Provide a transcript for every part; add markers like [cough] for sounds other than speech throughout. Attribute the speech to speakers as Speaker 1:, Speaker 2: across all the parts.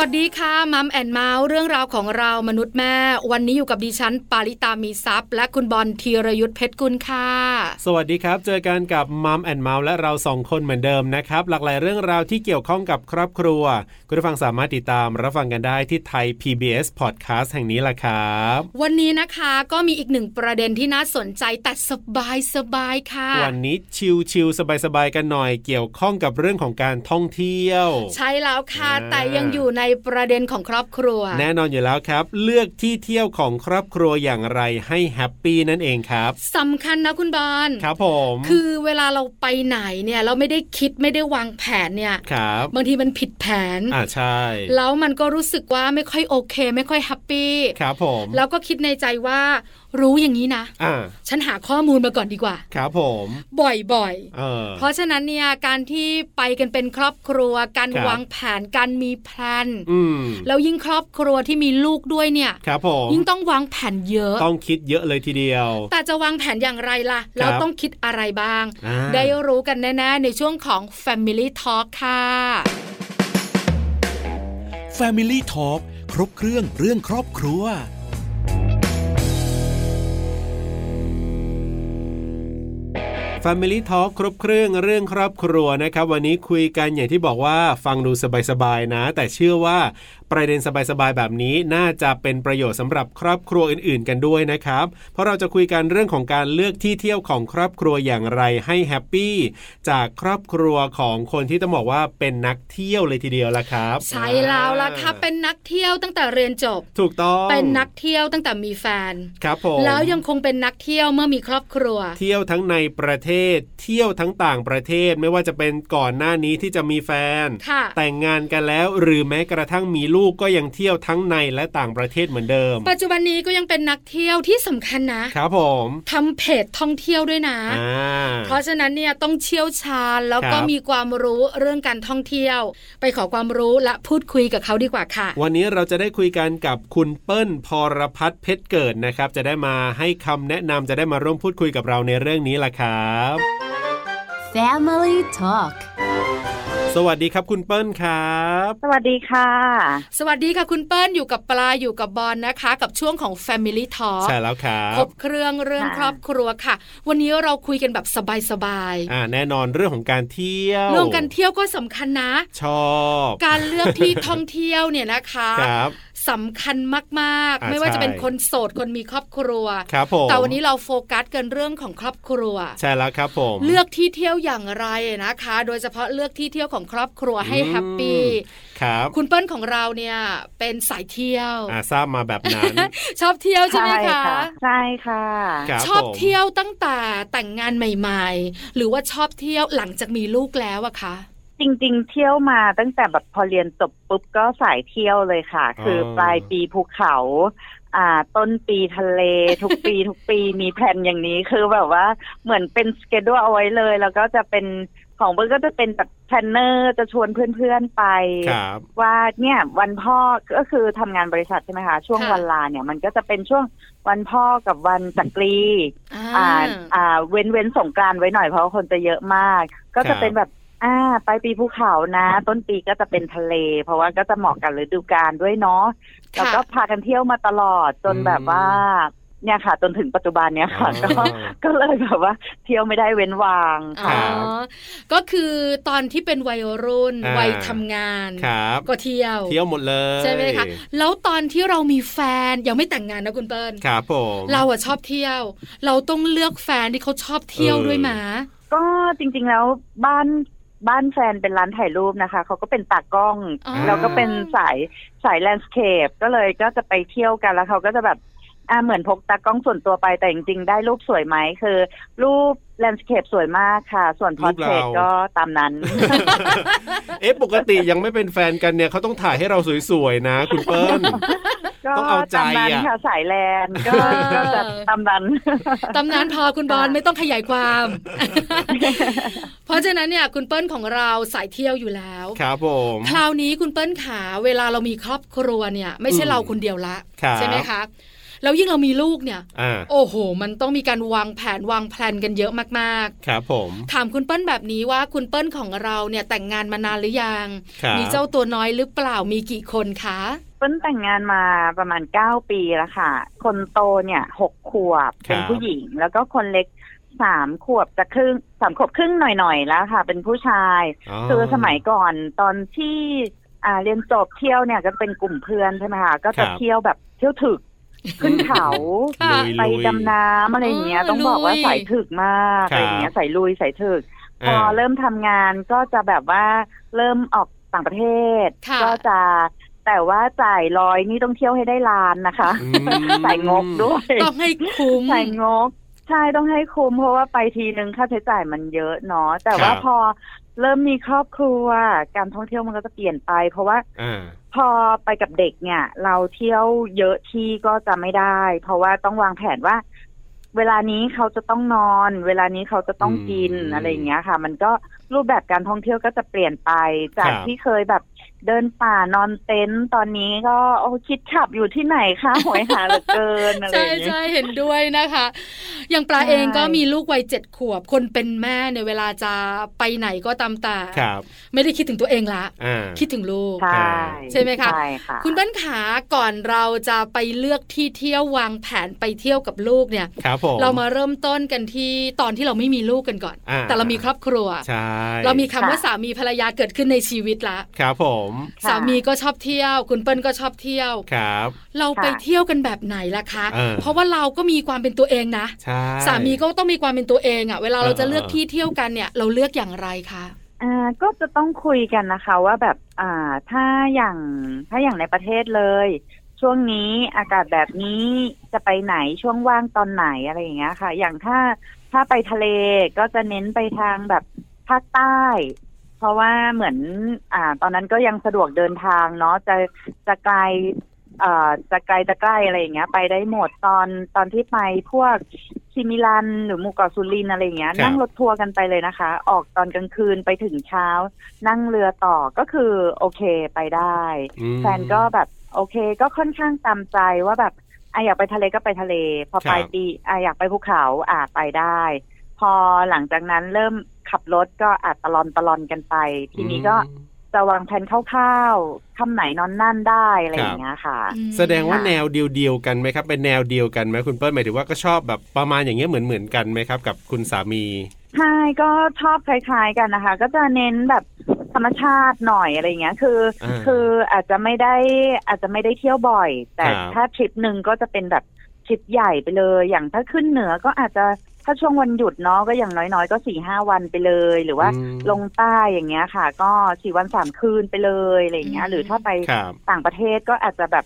Speaker 1: สวัสดีค่ะมัมแอนเมาส์เรื่องราวของเรามนุษย์แม่ วันนี้อยู่กับดิฉัน ปาริตามีซัพย์และคุณบอลธีรยุทธเพชรกุลค่ะ
Speaker 2: สวัสดีครับ เจอกันกับมัมแอนเมาส์และเราสองคนเหมือนเดิมนะครับ หลากหลายเรื่องราวที่เกี่ยวข้องกับครอบครัว คุณผู้ฟังสามารถติดตามรับฟังกันได้ที่ไทย PBS Podcast แห่งนี้ล่ะครับ
Speaker 1: วันนี้นะคะก็มีอีกหนึ่งประเด็นที่น่าสนใจแต่สบายสบายๆค่ะ
Speaker 2: วันนี้ชิลๆสบายๆกันหน่อยเกี่ยวข้องกับเรื่องของการท่องเที่ยว
Speaker 1: ใช่แล้วค่ะ
Speaker 2: อ่า
Speaker 1: แต่ยังอยู่ในประเด็นของครอบครัว
Speaker 2: แน่นอนอยู่แล้วครับ เลือกที่เที่ยวของครอบครัวอย่างไรให้แฮปปี้นั่นเองครับ
Speaker 1: สำคัญนะคุณบอล
Speaker 2: ครับผม
Speaker 1: คือเวลาเราไปไหนเนี่ยเราไม่ได้คิดไม่ได้วางแผนเนี่ย
Speaker 2: ครับ
Speaker 1: บางทีมันผิดแผน
Speaker 2: อ่าใช่
Speaker 1: แล้วมันก็รู้สึกว่าไม่ค่อยโอเค ไม่ค่อยแฮปปี้
Speaker 2: ครับผม
Speaker 1: แล้วก็คิดในใจว่ารู้อย่างนี้นะ
Speaker 2: อ่า
Speaker 1: ฉันหาข้อมูลมาก่อนดีกว่า
Speaker 2: ครับผม
Speaker 1: บ่อย
Speaker 2: เออ
Speaker 1: ๆ เพราะฉะนั้นเนี่ยการที่ไปกันเป็นครอบครัว การ
Speaker 2: ครับ
Speaker 1: วางแผนการมีแพลน
Speaker 2: อืม
Speaker 1: แล้วยิ่งครอบครัวที่มีลูกด้วยเนี่ย
Speaker 2: ครับผม
Speaker 1: ยิ่งต้องวางแผนเยอะ
Speaker 2: ต้องคิดเยอะเลยทีเดียว
Speaker 1: แต่จะวางแผนอย่างไรล่ะ แล้วต้องคิดอะไรบ้าง
Speaker 2: อ่า
Speaker 1: ได้รู้กันแน่ๆ ในช่วงของ Family Talk ค่ะ
Speaker 3: Family Talk ครบเครื่องเรื่องครอบครัว
Speaker 2: Family Talk ครบเครื่องเรื่องครอบครัวนะครับ วันนี้คุยกันอย่างที่บอกว่าฟังดูสบายๆนะ แต่เชื่อว่าประเด็นสบายๆแบบนี้น่าจะเป็นประโยชน์สำหรับครอบครัวอื่นๆ กันด้วยนะครับ เพราะเราจะคุยกันเรื่องของการเลือกที่เที่ยวของครอบครัวอย่างไรให้แฮปปี้จากครอบครัวของคนที่ต้องบอกว่าเป็นนักเที่ยวเลยทีเดียวละครับ
Speaker 1: ใช่แล้วล่ะค่ะเป็นนักเที่ยวตั้งแต่เรียนจบ
Speaker 2: ถูกต้อง
Speaker 1: เป็นนักเที่ยวตั้งแต่มีแฟน
Speaker 2: ครับผม
Speaker 1: แล้วยังคงเป็นนักเที่ยวเมื่อมีครอบครัว
Speaker 2: เที่ยวทั้งในประเทศ เที่ยวทั้งต่างประเทศไม่ว่าจะเป็นก่อนหน้านี้ที่จะมีแฟน
Speaker 1: ค่ะ
Speaker 2: แต่งงานกันแล้วหรือแม้กระทั่งมีลูกก็ยังเที่ยวทั้งในและต่างประเทศเหมือนเดิม
Speaker 1: ปัจจุบันนี้ก็ยังเป็นนักเที่ยวที่สำคัญนะครับ
Speaker 2: ผม
Speaker 1: ทำเพจท่องเที่ยวด้วยนะ
Speaker 2: อ่า
Speaker 1: เพราะฉะนั้นเนี่ยต้องเชี่ยวชาญแล้วก็
Speaker 2: ครับ
Speaker 1: มีความรู้เรื่องการท่องเที่ยว ไปขอความรู้และพูดคุยกับเขาดีกว่าค่ะ
Speaker 2: วันนี้เราจะได้คุยกันกับคุณเปิ้ลพรพัฒน์เพชรเกิดนะครับ จะได้มาให้คำแนะนำจะได้มาร่วมพูดคุยกับเราในเรื่องนี้ล่ะครับ
Speaker 4: Family Talk
Speaker 2: สวัสดีครับคุณเปิ้ลครับ
Speaker 5: สวัสดีค่ะ
Speaker 1: สวัสดีค่ะคุณเปิ้ลอยู่กับปลาอยู่กับบอลนะคะ กับช่วงของ Family Talk
Speaker 2: ใช่แล้วครั
Speaker 1: คร
Speaker 2: บ
Speaker 1: บเครื่องเรื่อง
Speaker 5: ค่ะ
Speaker 1: ครอบครัวค่ะ วันนี้เราคุยกันแบบสบาย
Speaker 2: อ่าแน่นอนเรื่องของการเที่ยว
Speaker 1: ๆเรื่องการเที่ยวก็สำคัญนะ
Speaker 2: ชอบ
Speaker 1: การเลือกที่ท่องเที่ยวเนี่ยนะคะ
Speaker 2: ครับ
Speaker 1: สำคัญมาก
Speaker 2: อ่า
Speaker 1: ๆ ไม่ว่า
Speaker 2: ใช่
Speaker 1: จะเป็นคนโสดคนมีครอบครัว
Speaker 2: ครับผม
Speaker 1: แต่วันนี้เราโฟกัสกันเรื่องของครอบครัว
Speaker 2: ใช่แล้วครับผม
Speaker 1: เลือกที่เที่ยวอย่างไรนะคะ โดยเฉพาะเลือกที่เที่ยวของครอบครัวให้
Speaker 2: อืม
Speaker 1: แฮปปี้
Speaker 2: ครับ
Speaker 1: คุณเปิ้ลของเราเนี่ยเป็นสายเที่ยว
Speaker 2: อ่าทราบมาแบบ
Speaker 1: [laughs]
Speaker 2: นั้น
Speaker 1: ชอบเที่ยวใช่ไหมคะ
Speaker 5: ใช่ค่ะ
Speaker 2: ครับ
Speaker 1: ชอบ
Speaker 2: ผม
Speaker 1: เที่ยวตั้งแต่แต่งงานใหม่ ๆ หรือว่าชอบเที่ยวหลังจากมีลูกแล้วอะคะ
Speaker 5: จริงๆ เที่ยวมาตั้งแต่แบบพอเรียนจบปุ๊บก็สายเที่ยวเลยค่ะ คือปลายปีภูเขา อ่า ต้นปีทะเล ทุกปี ทุกปีมีแผนอย่างนี้คือแบบว่าเหมือนเป็นสเกดูเอาไว้เลย แล้วก็จะเป็นของเบิร์ก็จะเป็นแบบแพลนเนอร์จะชวนเพื่อนๆไป
Speaker 2: ครับ
Speaker 5: ว่าเนี่ยวันพ่อก็คือทำงานบริษัทใช่ไหมคะ ช่วง
Speaker 1: ค่ะ
Speaker 5: วันลาเนี่ยมันก็จะเป็นช่วงวันพ่อกับวันจักรี
Speaker 1: อ่า
Speaker 5: อ่าอ่าเว้นเว้นสงกรานต์ไว้หน่อยเพราะว่าคนจะเยอะมาก ก็
Speaker 2: ครั
Speaker 5: จะ
Speaker 2: บ
Speaker 5: เป็นแบบอ่าปลายปีภูเขานะ ต้นปีก็จะเป็นทะเล เพราะว่าก็จะเหมาะกับฤดูกาลด้วยเนาะ
Speaker 1: ค่ะ
Speaker 5: แล้วก็พากันเที่ยวมาตลอดจนแบบว่า เนี่ยค่ะ จนถึงปัจจุบันเนี่ยค่ะก็
Speaker 2: อ๋อ
Speaker 5: ก็เลยแบบว่า เที่ยวไม่ได้เว้นวาง
Speaker 1: อ๋อ
Speaker 5: ค่ะ
Speaker 1: ก็คือตอนที่เป็นวัยรุ่น
Speaker 2: อ่า
Speaker 1: วัยทำงาน
Speaker 2: ครับ
Speaker 1: ก็เที่ยว
Speaker 2: เที่ยวหมดเลย
Speaker 1: ใช่ไหมคะ แล้วตอนที่เรามีแฟนยังไม่แต่งงานนะคุณเปิ้ล
Speaker 2: ครับผม
Speaker 1: เราอะชอบเที่ยว เราต้องเลือกแฟนที่เขาชอบเที่ยวด้วยมา
Speaker 5: ก็จริงๆแล้วบ้านบ้านแฟนเป็นร้านถ่ายรูปนะคะเขาก็เป็นตากล้อง
Speaker 1: อ๋อ
Speaker 5: เราก็เป็นสายสายแลนด์สเคปก็เลยก็จะไปเที่ยวกันแล้วเขาก็จะแบบอ่าเหมือนพกตากล้องส่วนตัวไปแต่จริงๆได้รูปสวยไหมคือ รูปแลนด์สเคปสวยมากค่ะ ส่วนพอร์ตเทรตก็ตามนั้น
Speaker 2: เอ๊ะปกติยังไม่เป็นแฟนกันเนี่ยเขาต้องถ่ายให้เราสวยๆนะ คุณเปิ้ล
Speaker 1: [laughs]
Speaker 5: ก็
Speaker 2: [laughs] ต้องเอาใจ
Speaker 5: ตามนั้น
Speaker 2: อะ
Speaker 5: ค่ะสายแลนด์ก็
Speaker 1: เออ
Speaker 5: ก็จะตามนั้น
Speaker 1: ตำนานพอคุณบอล
Speaker 5: ค่ะ
Speaker 1: ไม่ต้องขยายความ เพราะฉะนั้นเนี่ยคุณเปิ้ลของเราสายเที่ยวอยู่แล้ว
Speaker 2: ครับผม
Speaker 1: คราวนี้คุณเปิ้ลขาเวลาเรามีครอบครัวเนี่ย ไม่ใช่
Speaker 2: อืม
Speaker 1: เราคนเดียวละ
Speaker 2: ครับ
Speaker 1: ใช่ไหมคะ แล้วยิ่งเรามีลูกเนี่ย
Speaker 2: อ่า
Speaker 1: โอ้โห มันต้องมีการวางแผนวางแพลนกันเยอะมาก
Speaker 2: ครับผม
Speaker 1: ๆ ถามคุณเปิ้ลแบบนี้ว่าคุณเปิ้ลของเราเนี่ยแต่งงานมานานหรือยัง
Speaker 2: ครับ
Speaker 1: มีเจ้าตัวน้อยหรือเปล่ามีกี่คนคะ
Speaker 5: เปิ้ลแต่งงานมาประมาณเก้าปีแล้วค่ะ คนโตเนี่ยหกขวบเป็นผู้หญิง แล้วก็คนเล็กสามขวบจะครึ่งสามขวบครึ่งหน่อยๆแล้วค่ะ เป็นผู้ชาย คือสมัยก่อนตอนที่อ่าเรียนจบเที่ยวเนี่ยก็เป็นกลุ่มเพื่อนใช่ไหมคะก็จะเที่ยวแบบเที่ยวถึกขึ้นเขา
Speaker 2: ลุย
Speaker 5: ไป
Speaker 2: ลุย
Speaker 5: ดำน้ำอะไรอย่างเงี้ย
Speaker 1: า
Speaker 5: ต้องบอกว่า
Speaker 1: ลุย
Speaker 5: สายถึกมาก
Speaker 2: ครับ
Speaker 5: อะไรอย่างเงี้ยสายลุยสายถึก พ
Speaker 2: อ่า
Speaker 5: อเริ่มทำงานก็จะแบบว่าเริ่มออกต่างประเทศ
Speaker 1: ค่ะ
Speaker 5: ก็จะแต่ว่าจ่ายร้อยนี่ต้องเที่ยวให้ได้ล้านนะคะ
Speaker 2: อืม
Speaker 5: สายงกด้วย
Speaker 1: ต้องให้คุ้ม
Speaker 5: สายงก ใช่ต้องให้คุ้มเพราะว่าไปทีนึงค่าใช้จ่ายมันเยอะเนาะแต่ว่า
Speaker 2: ครับ
Speaker 5: พอเริ่มมีครอบครัว การท่องเที่ยวมันก็จะเปลี่ยนไป เพราะว่า
Speaker 2: อ่า
Speaker 5: พอไปกับเด็กเนี่ย เราเที่ยวเยอะที่ก็จะไม่ได้ เพราะว่าต้องวางแผนว่า เวลานี้เขาจะต้องนอน เวลานี้เขาจะต้องกิน
Speaker 2: อืม
Speaker 5: อะไรอย่างเงี้ยค่ะ มันก็รูปแบบการท่องเที่ยวก็จะเปลี่ยนไป จาก
Speaker 2: ครับ
Speaker 5: ที่เคยแบบเดินป่านอนเต็นท์ตอนนี้ก็โอ้คิดขับอยู่ที่ไหนคะ [laughs] หวยหาเหลือเกินอะไรอ
Speaker 1: ใช่
Speaker 5: ย่างเงี้ย
Speaker 1: ใช่เห็นด้วยนะคะ อย่างปลา
Speaker 5: ใช่
Speaker 1: เองก็มีลูกวัยเจ็ดขวบ คนเป็นแม่เนี่ยเวลาจะไปไหนก็ตามแต่
Speaker 2: ครับ
Speaker 1: ไม่ได้คิดถึงตัวเองละ
Speaker 2: อ่า
Speaker 1: คิดถึงลูก
Speaker 5: ใช่
Speaker 1: ใช่ไหมคะ
Speaker 5: ใช่ค่ะ
Speaker 1: คุณเบ้นขาก่อนเราจะไปเลือกที่เที่ยววางแผนไปเที่ยวกับลูกเนี่ย
Speaker 2: ครับผม
Speaker 1: เรามาเริ่มต้นกันที่ตอนที่เราไม่มีลูกกันก่อน
Speaker 2: อ่า
Speaker 1: แต่เรามีครอบครัว
Speaker 2: ใช่
Speaker 1: เรามีคำว่าสามีภรรยาเกิดขึ้นในชีวิตละ
Speaker 2: ครับผม
Speaker 5: ค่ะ
Speaker 1: สามีก็ชอบเที่ยว คุณเปิ้ลก็ชอบเที่ยว
Speaker 2: ครับ
Speaker 1: เราไป
Speaker 5: ค่ะ
Speaker 1: เที่ยวกันแบบไหนล่ะคะ
Speaker 2: เออ
Speaker 1: เพราะว่าเราก็มีความเป็นตัวเองนะ
Speaker 2: ใช่
Speaker 1: สามีก็ต้องมีความเป็นตัวเองอะ่ะ เวลาเรา
Speaker 2: เออ
Speaker 1: จะเลือก
Speaker 2: เออ
Speaker 1: ที่เที่ยวกันเนี่ย เราเลือกอย่างไรคะ
Speaker 5: อ่าก็จะต้องคุยกันนะคะว่าแบบอ่าถ้าอย่างถ้าอย่างในประเทศเลย ช่วงนี้อากาศแบบนี้จะไปไหนช่วงว่างตอนไหนอะไรอย่างเงี้ยค่ะ อย่างถ้าถ้าไปทะเลก็จะเน้นไปทางแบบภาคใต้ เพราะว่าเหมือนอ่าตอนนั้นก็ยังสะดวกเดินทางเนาะจะจะไกลเอ่อจะไกลจะใกล้อะไรอย่างเงี้ย ไปได้หมดตอนตอนที่ไปพวกชิมิลันหรือหมู่เกาะสุรินทร์อะไรอย่างเงี้ย
Speaker 2: ครับ
Speaker 5: นั่งรถทัวร์กันไปเลยนะคะ ออกตอนกลางคืนไปถึงเช้า นั่งเรือต่อก็คือโอเคไปได้
Speaker 2: อืม
Speaker 5: แฟนก็แบบโอเคก็ค่อนข้างตามใจว่าแบบอ่ะอยากไปทะเลก็ไปทะเล พ
Speaker 2: ค
Speaker 5: อ
Speaker 2: รับ
Speaker 5: ไปปีอ่ะอยากไปภูเขาอ่ะไปได้ พอหลังจากนั้นเริ่มขับรถก็อ่ะตะลอนตะลอนกันไป ทีนี้ก็
Speaker 2: อืม
Speaker 5: จะวางแผนคร่าวๆค่ำไหนนอนนั่นได้อะไรอย่างเงี้ยค่ะ
Speaker 2: แสดงว่าแนวเดียวๆกันไหมครับ เป็นแนวเดียวกันไหมคุณเปิ้ลหมายถึงว่าก็ชอบแบบประมาณอย่างเงี้ยเหมือนเหมือนๆกันไหมครับ กับคุณสามี
Speaker 5: ใช่ก็ชอบคล้ายๆกันนะคะ ก็จะเน้นแบบธรรมชาติหน่อยอะไรอย่างเงี้ย คือ
Speaker 2: อ่า
Speaker 5: คืออาจจะไม่ได้อาจจะไม่ได้เที่ยวบ่อย แต่
Speaker 2: ครับ
Speaker 5: ถ้าทริปหนึ่งก็จะเป็นแบบทริปใหญ่ไปเลย อย่างถ้าขึ้นเหนือก็อาจจะถ้าช่วงวันหยุดเนาะก็อย่างน้อยๆ ก็สี่ห้าวันไปเลย หรือว่า
Speaker 2: อืม
Speaker 5: ลงใต้อย่างเงี้ยค่ะ ก็สี่วันสามคืนไปเลยอะไรอย่างเงี้
Speaker 1: อืม
Speaker 5: ยหรือถ้าไป
Speaker 2: ครับ
Speaker 5: ต่างประเทศก็อาจจะแบบ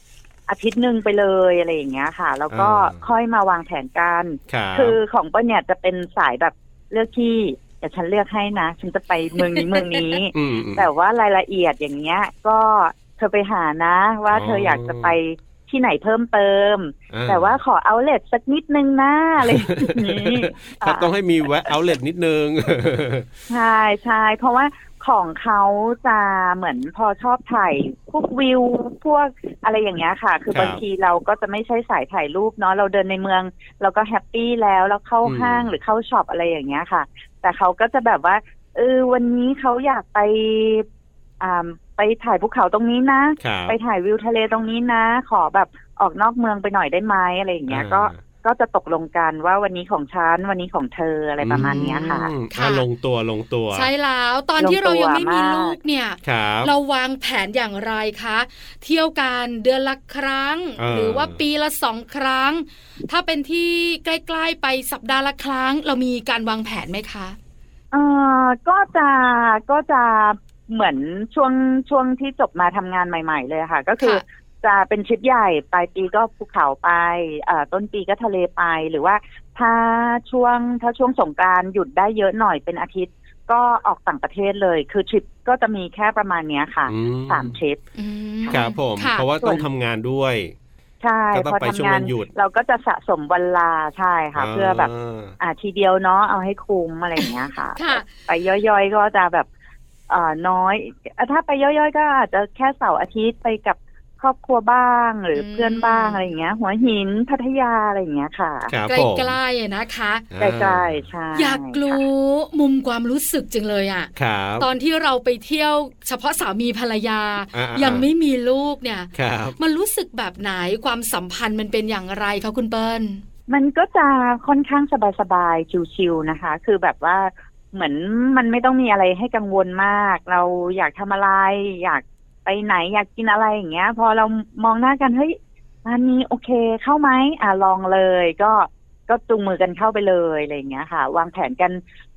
Speaker 5: อาทิตย์หนึ่งไปเลยอะไรอย่างเงี้ยค่ะ แล้วก็
Speaker 2: อ่า
Speaker 5: ค่อยมาวางแผนกัน
Speaker 2: ครับ
Speaker 5: คือของเปิ้ลเนี่ยจะเป็นสายแบบเลือกที่เดี๋ยวฉันเลือกให้นะ ฉันจะไปเมืองนี้ เมือง
Speaker 2: [laughs]
Speaker 5: นี้
Speaker 2: มอืม
Speaker 5: แต่ว่ารายละเอียดอย่างเงี้ย ก็เธอไปหานะ ว่า
Speaker 2: อ๋อ
Speaker 5: เธออยากจะไปที่ไหนเพิ่มเติม
Speaker 2: อ่
Speaker 5: แต่ว่าขอเอาเลทสักนิดนึงนะอะไร
Speaker 2: [laughs]
Speaker 5: อย่างนี้
Speaker 2: ครับต้อง
Speaker 5: อ่ะ
Speaker 2: ให้มีแวะเอาเล t นิดนึง [laughs]
Speaker 5: ใช่ใช่เพราะว่าของเขาจะเหมือนพอชอบถ่ายพวกวิวพวกอะไรอย่างเงี้ยค่ะ คือ
Speaker 2: ครับ
Speaker 5: บางทีเราก็จะไม่ใช่สายถ่ายรูปเนาะเราเดินในเมือง เราก็แฮปปี้แล้วแล้วเข้าห้างหรือเข้าช็อปอะไรอย่างเงี้ยค่ะ แต่เขาก็จะแบบว่าเออวันนี้เขาอยากไปอ่าไปถ่ายภูเขาตรงนี้นะ
Speaker 2: ครับ
Speaker 5: ไปถ่ายวิวทะเลตรงนี้นะ ขอแบบออกนอกเมืองไปหน่อยได้ไหมอะไรอย่างเงี้ย
Speaker 2: อ่า
Speaker 5: ก็ก็จะตกลงกันว่าวันนี้ของฉันวันนี้ของเธออะไรประมาณเนี้ยค่ะ
Speaker 2: อืม
Speaker 1: ค่ะ
Speaker 2: อ่ลงตัวลงตัว
Speaker 1: ใช่แล้วตอนที่
Speaker 5: ล
Speaker 1: เรา
Speaker 5: งตัว
Speaker 1: ยังไม่มี
Speaker 5: มาก
Speaker 1: ลูกเนี่ย
Speaker 2: ครับ
Speaker 1: เราวางแผนอย่างไรคะ เที่ยวกันเดือนละครั้ง หรือว่าปีละสองครั้ง ถ้าเป็นที่ใกล้ๆไปสัปดาห์ละครั้ง เรามีการวางแผนไหมคะ
Speaker 5: เออก็จะก็จะเหมือนช่วงช่วงที่จบมาทำงานใหม่ ๆ เลยค่ะ ก็คือ
Speaker 1: ค่ะ
Speaker 5: จะเป็นทริปใหญ่ปลายปีก็ภูเขาไปเอ่อต้นปีก็ทะเลไปหรือว่าถ้าช่วงถ้าช่วงสงกรารหยุดได้เยอะหน่อยเป็นอาทิตย์ ก็ออกต่างประเทศเลย คือทริปก็จะมีแค่ประมาณเนี้ยค่ะ
Speaker 2: อื
Speaker 5: สามทริป
Speaker 1: อืม
Speaker 2: ครับผม
Speaker 1: ค่ะ
Speaker 2: เพราะว่าต้องทำงานด้วย
Speaker 5: ใช่
Speaker 2: ก็ต้อง
Speaker 5: พอ
Speaker 2: ไปช่วง
Speaker 5: ทำงา
Speaker 2: วัน นหยุด
Speaker 5: เราก็จะสะสมวันลาใช่ค่ะ เพื่อแบบ
Speaker 2: า
Speaker 5: อ่าทีเดียวเนาะเอาให้คุ้มอะไรอย่างเงี้ยค่ะ
Speaker 1: ค่ะ
Speaker 5: ไปย่อยๆก็จะแบบเอ่อน้อยเอ่อถ้าไปย่อยๆ ก็อาจจะแค่เสาร์อาทิตย์ไปกับ ครอบครัวบ้างหรืออ
Speaker 1: ม
Speaker 5: เพื่อนบ้างอะไรอย่างเงี้ย หัวหินพัทยาอะไรอย่างเงี้ยค่ะ
Speaker 2: ครับ
Speaker 1: ใก
Speaker 2: ผม
Speaker 1: ล้ๆอะนะคะ
Speaker 5: ใกล้ๆใช่
Speaker 1: อยากรู้มุมความรู้สึกจังเลยอ่ะ
Speaker 2: ครับ
Speaker 1: ตอนที่เราไปเที่ยวเฉพาะสามีภรรยา
Speaker 2: อ่าๆ
Speaker 1: ยังไม่มีลูกเนี่ย
Speaker 2: ครับ
Speaker 1: มันรู้สึกแบบไหนความสัมพันธ์มันเป็นอย่างไรคะคุณเปิ้ล
Speaker 5: มันก็จะค่อนข้างสบายๆชิวๆนะคะ คือแบบว่าเหมือนมันไม่ต้องมีอะไรให้กังวลมาก เราอยากทำอะไร อยากไปไหนอยากกินอะไรอย่างเงี้ย พอเรามองหน้ากันเฮ้ยร้านนี้โอเคเข้าไหมอ่ะลองเลย ก็ก็จูงมือกันเข้าไปเลยอะไรอย่างเงี้ยค่ะ วางแผนกัน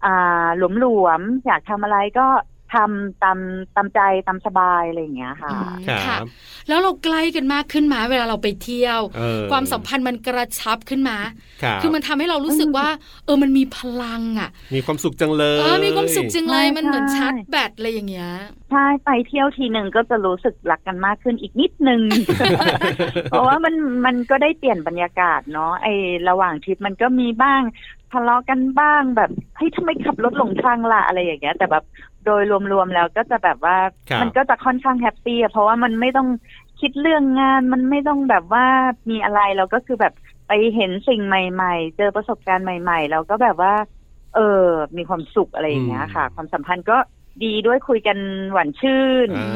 Speaker 5: อ่าหลวมๆอยากทำอะไรก็ทำตามตามใจตามสบายอะไรอย่างเงี้ยค่ะ
Speaker 1: อืม
Speaker 2: ค
Speaker 1: ค่ะ
Speaker 2: รับ
Speaker 1: แล้วเราใกล้กันมากขึ้นมาเวลาเราไปเที่ยว
Speaker 2: เออ
Speaker 1: ความสัมพันธ์มันกระชับขึ้นมา
Speaker 2: รับ
Speaker 1: คือมันทำให้เรารู้สึกว่า เออมันมีพลังอ่ะ
Speaker 2: มีความสุขจังเล
Speaker 1: เอยอมีความสุขจังเลย
Speaker 5: ใช่
Speaker 1: มันเหมือนชาร์จแบตอะไรอย่างเงี้ย
Speaker 5: ใช่ไปเที่ยวทีหนึ่งก็จะรู้สึกรักกันมากขึ้นอีกนิด
Speaker 2: [laughs]
Speaker 5: นึง เพราะว่ามันมันก็ได้เปลี่ยนบรรยากาศเนาะไอระหว่างทริปมันก็มีบ้างทะเลาะกันบ้างแบบเฮ้ยทำไมขับรถหลงทางล่ะอะไรอย่างเงี้ย แต่แบบโดยรวมๆแล้วก็จะแบบว่า
Speaker 2: ครับ
Speaker 5: มันก็จะค่อนข้างแฮปปี้อะเพราะว่ามันไม่ต้องคิดเรื่องงาน มันไม่ต้องแบบว่ามีอะไรเราก็คือแบบไปเห็นสิ่งใหม่ ๆ เจอประสบการณ์ใหม่ ๆ เราก็แบบว่า เออ มีความสุขอะไรอย่างเงี้ยค่ะ
Speaker 2: อืม
Speaker 5: ความสัมพันธ์ก็ดีด้วยคุยกันหวานชื่น
Speaker 2: อ่า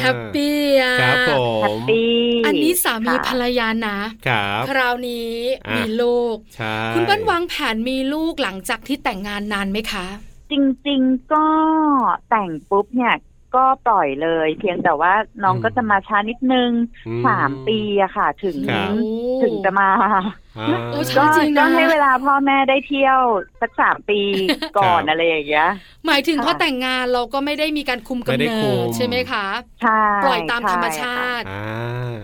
Speaker 1: แฮปปี้อ่ะ
Speaker 2: ครับผม
Speaker 5: แฮปปี้
Speaker 1: อันนี้สามีภร
Speaker 5: ค่ะ
Speaker 1: รยานะ
Speaker 2: ครับ
Speaker 1: คราวนี้
Speaker 2: อ่ะ
Speaker 1: มีลูก
Speaker 2: ใช่
Speaker 1: คุณเปิ้ลวางแผนมีลูกหลังจากที่แต่งงานนานไหมคะ
Speaker 5: จริง ๆ ก็แต่งปุ๊บเนี่ย ก็ปล่อยเลย เพียงแต่ว่าน้องก็จะมาช้านิดนึง
Speaker 2: อื
Speaker 5: สามปีอะค่ะ ถึง
Speaker 2: ครับ
Speaker 5: ถึงจะมา
Speaker 2: อ่า
Speaker 1: โอ้ใช่
Speaker 5: ก็
Speaker 1: จริงนะ
Speaker 5: ก็ให้เวลาพ่อแม่ได้เที่ยวสักสามปีก่อน
Speaker 2: ครับ
Speaker 5: อะไรอย่างเงี้ย
Speaker 1: หมายถึง
Speaker 5: ค่ะ
Speaker 1: พอแต่งงานเราก็ไม่ได้มีการคุมกำ
Speaker 2: ไม่ได้
Speaker 1: เนิ
Speaker 2: คุ
Speaker 1: ด
Speaker 2: ม
Speaker 1: ใช่ไหมคะ
Speaker 5: ใช่
Speaker 1: ปล่อยตามธรรมชาติ
Speaker 2: อ่า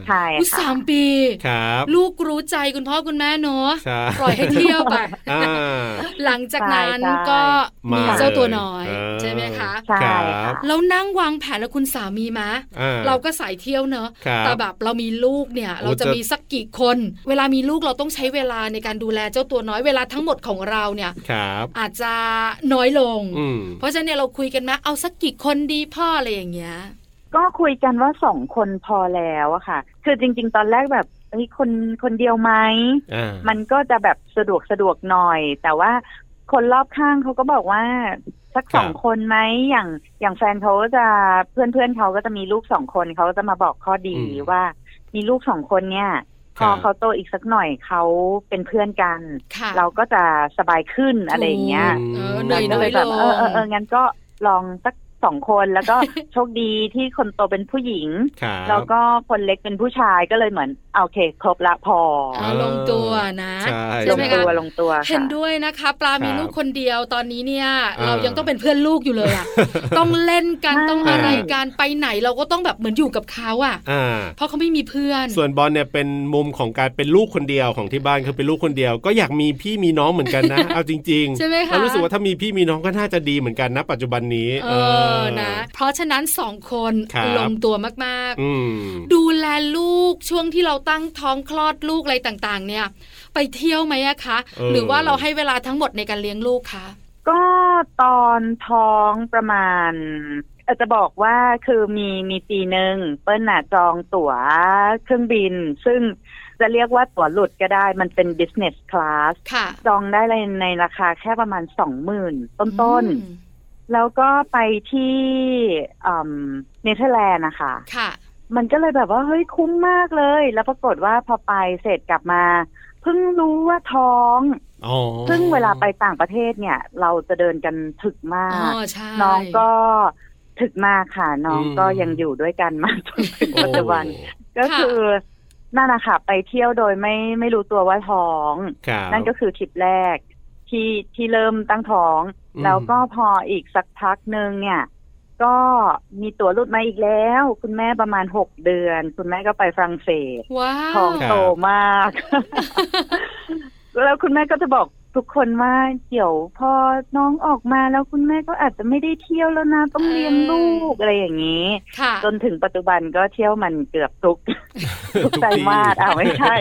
Speaker 5: ใช่
Speaker 1: อุ้ย
Speaker 5: ค่ะ
Speaker 1: สามปี
Speaker 2: ครับ
Speaker 1: ลูกรู้ใจคุณพ่อคุณแม่เนอะ
Speaker 2: ใช่
Speaker 1: ปล่อยให้เที่ยวไป
Speaker 2: อ่า
Speaker 1: หลังจากนั้นก็มี
Speaker 2: มา
Speaker 1: เจ้าตัวน้อย
Speaker 2: เออ
Speaker 1: ใช่ไหมคะ
Speaker 5: ใช่
Speaker 2: ครั
Speaker 5: ค่ะ
Speaker 2: บ
Speaker 1: แล้วนั่งวางแผนแล้วคุณสามีมะ
Speaker 2: อ่
Speaker 1: เราก็สายเที่ยวเนอะ
Speaker 2: ครับ
Speaker 1: แต่แบบเรามีลูกเนี่ย
Speaker 2: โอ้
Speaker 1: เราจะ
Speaker 2: จะ
Speaker 1: มีสักกี่คน เวลามีลูกเราต้องใช้เวลาในการดูแลเจ้าตัวน้อยเวลาทั้งหมดของเราเนี่ย
Speaker 2: ครับ
Speaker 1: อาจจะน้อยลง
Speaker 2: อืม
Speaker 1: เพราะฉะนั้นเนี่ยเราคุยกันมาเอาสักกี่คนดีพ่ออะไรอย่างเงี้ย
Speaker 5: ก็คุยกันว่าสองคนพอแล้วอะค่ะ คือจริง ๆ ตอนแรกแบบเฮ้ยคนคนเดียวไหม
Speaker 2: อ่า
Speaker 5: มันก็จะแบบสะดวกสะดวกหน่อย แต่ว่าคนรอบข้างเขาก็บอกว่า สัก
Speaker 2: ครับ
Speaker 5: สองคนไหมอย่างอย่างแฟนเขาก็จะเพื่อนเพื่อนๆเขาก็จะมีลูกสองคนเขาก็จะมาบอกข้อดีว่า มีลูกสองคนเนี่ย พอเขาโตอีกสักหน่อยเขาเป็นเพื่อนกัน
Speaker 1: ค่ะ
Speaker 5: เราก็จะสบายขึ้นอะไรอย่างเงี้ย
Speaker 1: ถูกเออเหนื่อย
Speaker 5: ก็
Speaker 1: น้อ
Speaker 5: เลย ยแบบเอ
Speaker 1: ล
Speaker 5: อง เออเอองั้นก็ลองสักสองคนแล้วก็ โชคดีที่คนโตเป็นผู้หญิง
Speaker 2: ครับ
Speaker 5: แล้วก็คนเล็กเป็นผู้ชายก็เลยเหมือนอ่ะโอเค ครบละพอ
Speaker 1: เออลงตัวนะ
Speaker 2: ใช่
Speaker 1: ใช่
Speaker 5: ล
Speaker 1: ไหม
Speaker 5: งตั
Speaker 1: คะ
Speaker 5: วลงตัวค่ะ
Speaker 1: เห็นด้วยนะคะ ปลามี
Speaker 2: ครับ
Speaker 1: ลูกคนเดียวตอนนี้เนี่ย
Speaker 2: เออ
Speaker 1: เรายังต้องเป็นเพื่อนลูกอยู่เลย
Speaker 2: [laughs]
Speaker 1: อะต้องเล่นกัน
Speaker 5: ใช่
Speaker 1: ต้องอะไร
Speaker 2: เออ
Speaker 1: กันไปไหนเราก็ต้องแบบเหมือนอยู่กับเขาอะ
Speaker 2: อ่า
Speaker 1: เพราะเขาไม่มีเพื่อน
Speaker 2: ส่วนบอลเนี่ยเป็นมุมของการเป็นลูกคนเดียวของที่บ้านคือเป็นลูกคนเดียว ก็อยากมีพี่มีน้องเหมือนกัน
Speaker 1: [laughs]
Speaker 2: นะ เอาจริงๆ
Speaker 1: ใช่ไหมคะ
Speaker 2: เรารู้สึกว่าถ้ามีพี่มีน้องก็น่าจะดีเหมือนกันนะปัจจุบันนี้
Speaker 1: เออนะเพราะฉะนั้นสองคน
Speaker 2: ครับ
Speaker 1: ลงตัวมาก
Speaker 2: อืม
Speaker 1: ๆ ดูแลลูกช่วงที่เราตั้งท้องคลอดลูกอะไรต่างๆ เนี่ย ไปเที่ยวไหมอะคะ
Speaker 2: เออ
Speaker 1: หรือว่าเราให้เวลาทั้งหมดในการเลี้ยงลูกคะ
Speaker 5: ก็ตอนท้องประมาณเอ่อจะบอกว่าคือมีมีปีหนึ่งเปิ้ลน่ะจองตั๋วเครื่องบิน ซึ่งจะเรียกว่าตั๋วหลุดก็ได้มันเป็น business class
Speaker 1: ค่ะ
Speaker 5: จองได้เลยในราคาแค่ประมาณสองหมื่นต้น
Speaker 1: อืม
Speaker 5: ๆ แล้วก็ไปที่อืมเนเธอร์แลนด์นะคะ
Speaker 1: ค่ะ
Speaker 5: มันก็เลยแบบว่าเฮ้ยคุ้มมากเลย แล้วปรากฏว่าพอไปเสร็จกลับมา เพิ่งรู้ว่าท้อง
Speaker 2: อ๋อ
Speaker 5: ซึ่งเวลาไปต่างประเทศเนี่ย เราจะเดินกันถึกมา
Speaker 1: อ๋
Speaker 5: ก
Speaker 1: อใช่
Speaker 5: น้องก็ถึกมากค่ะ น้อง
Speaker 2: อืม
Speaker 5: ก็ยังอยู่ด้วยกันมาจนถึง
Speaker 2: โอ้
Speaker 5: ปัจจุบัน ก็
Speaker 1: ค่ะ
Speaker 5: คือนั่นนะคะไปเที่ยวโดยไม่ไม่รู้ตัวว่าท้อง
Speaker 2: ครับ
Speaker 5: นั่นก็คือทริปแรกที่ที่เริ่มตั้งท้อง
Speaker 2: ม
Speaker 5: แล้วก็พออีกสักพักหนึ่งเนี่ย ก็มีตั๋วหลุดมาอีกแล้ว คุณแม่ประมาณหกเดือน คุณแม่ก็ไปฝรั่งเศส
Speaker 1: ว้า
Speaker 5: ท้
Speaker 1: ว
Speaker 5: [laughs] องโตมาก แล้วคุณแม่ก็จะบอก ทุกคนว่าเดี๋ยวพอน้องออกมาแล้วคุณแม่ก็อาจจะไม่ได้เที่ยวแล้วนะ ต้องเลี้ยงลูก [laughs] อะไรอย่างนี้
Speaker 1: ค่ะ
Speaker 5: จนถึงปัจจุบันก็เที่ยวมันเกือบทุก ทุก
Speaker 2: ทุก
Speaker 5: ไตร
Speaker 2: ปี
Speaker 5: มา
Speaker 2: [laughs]
Speaker 5: สอ่ะไม่ใช่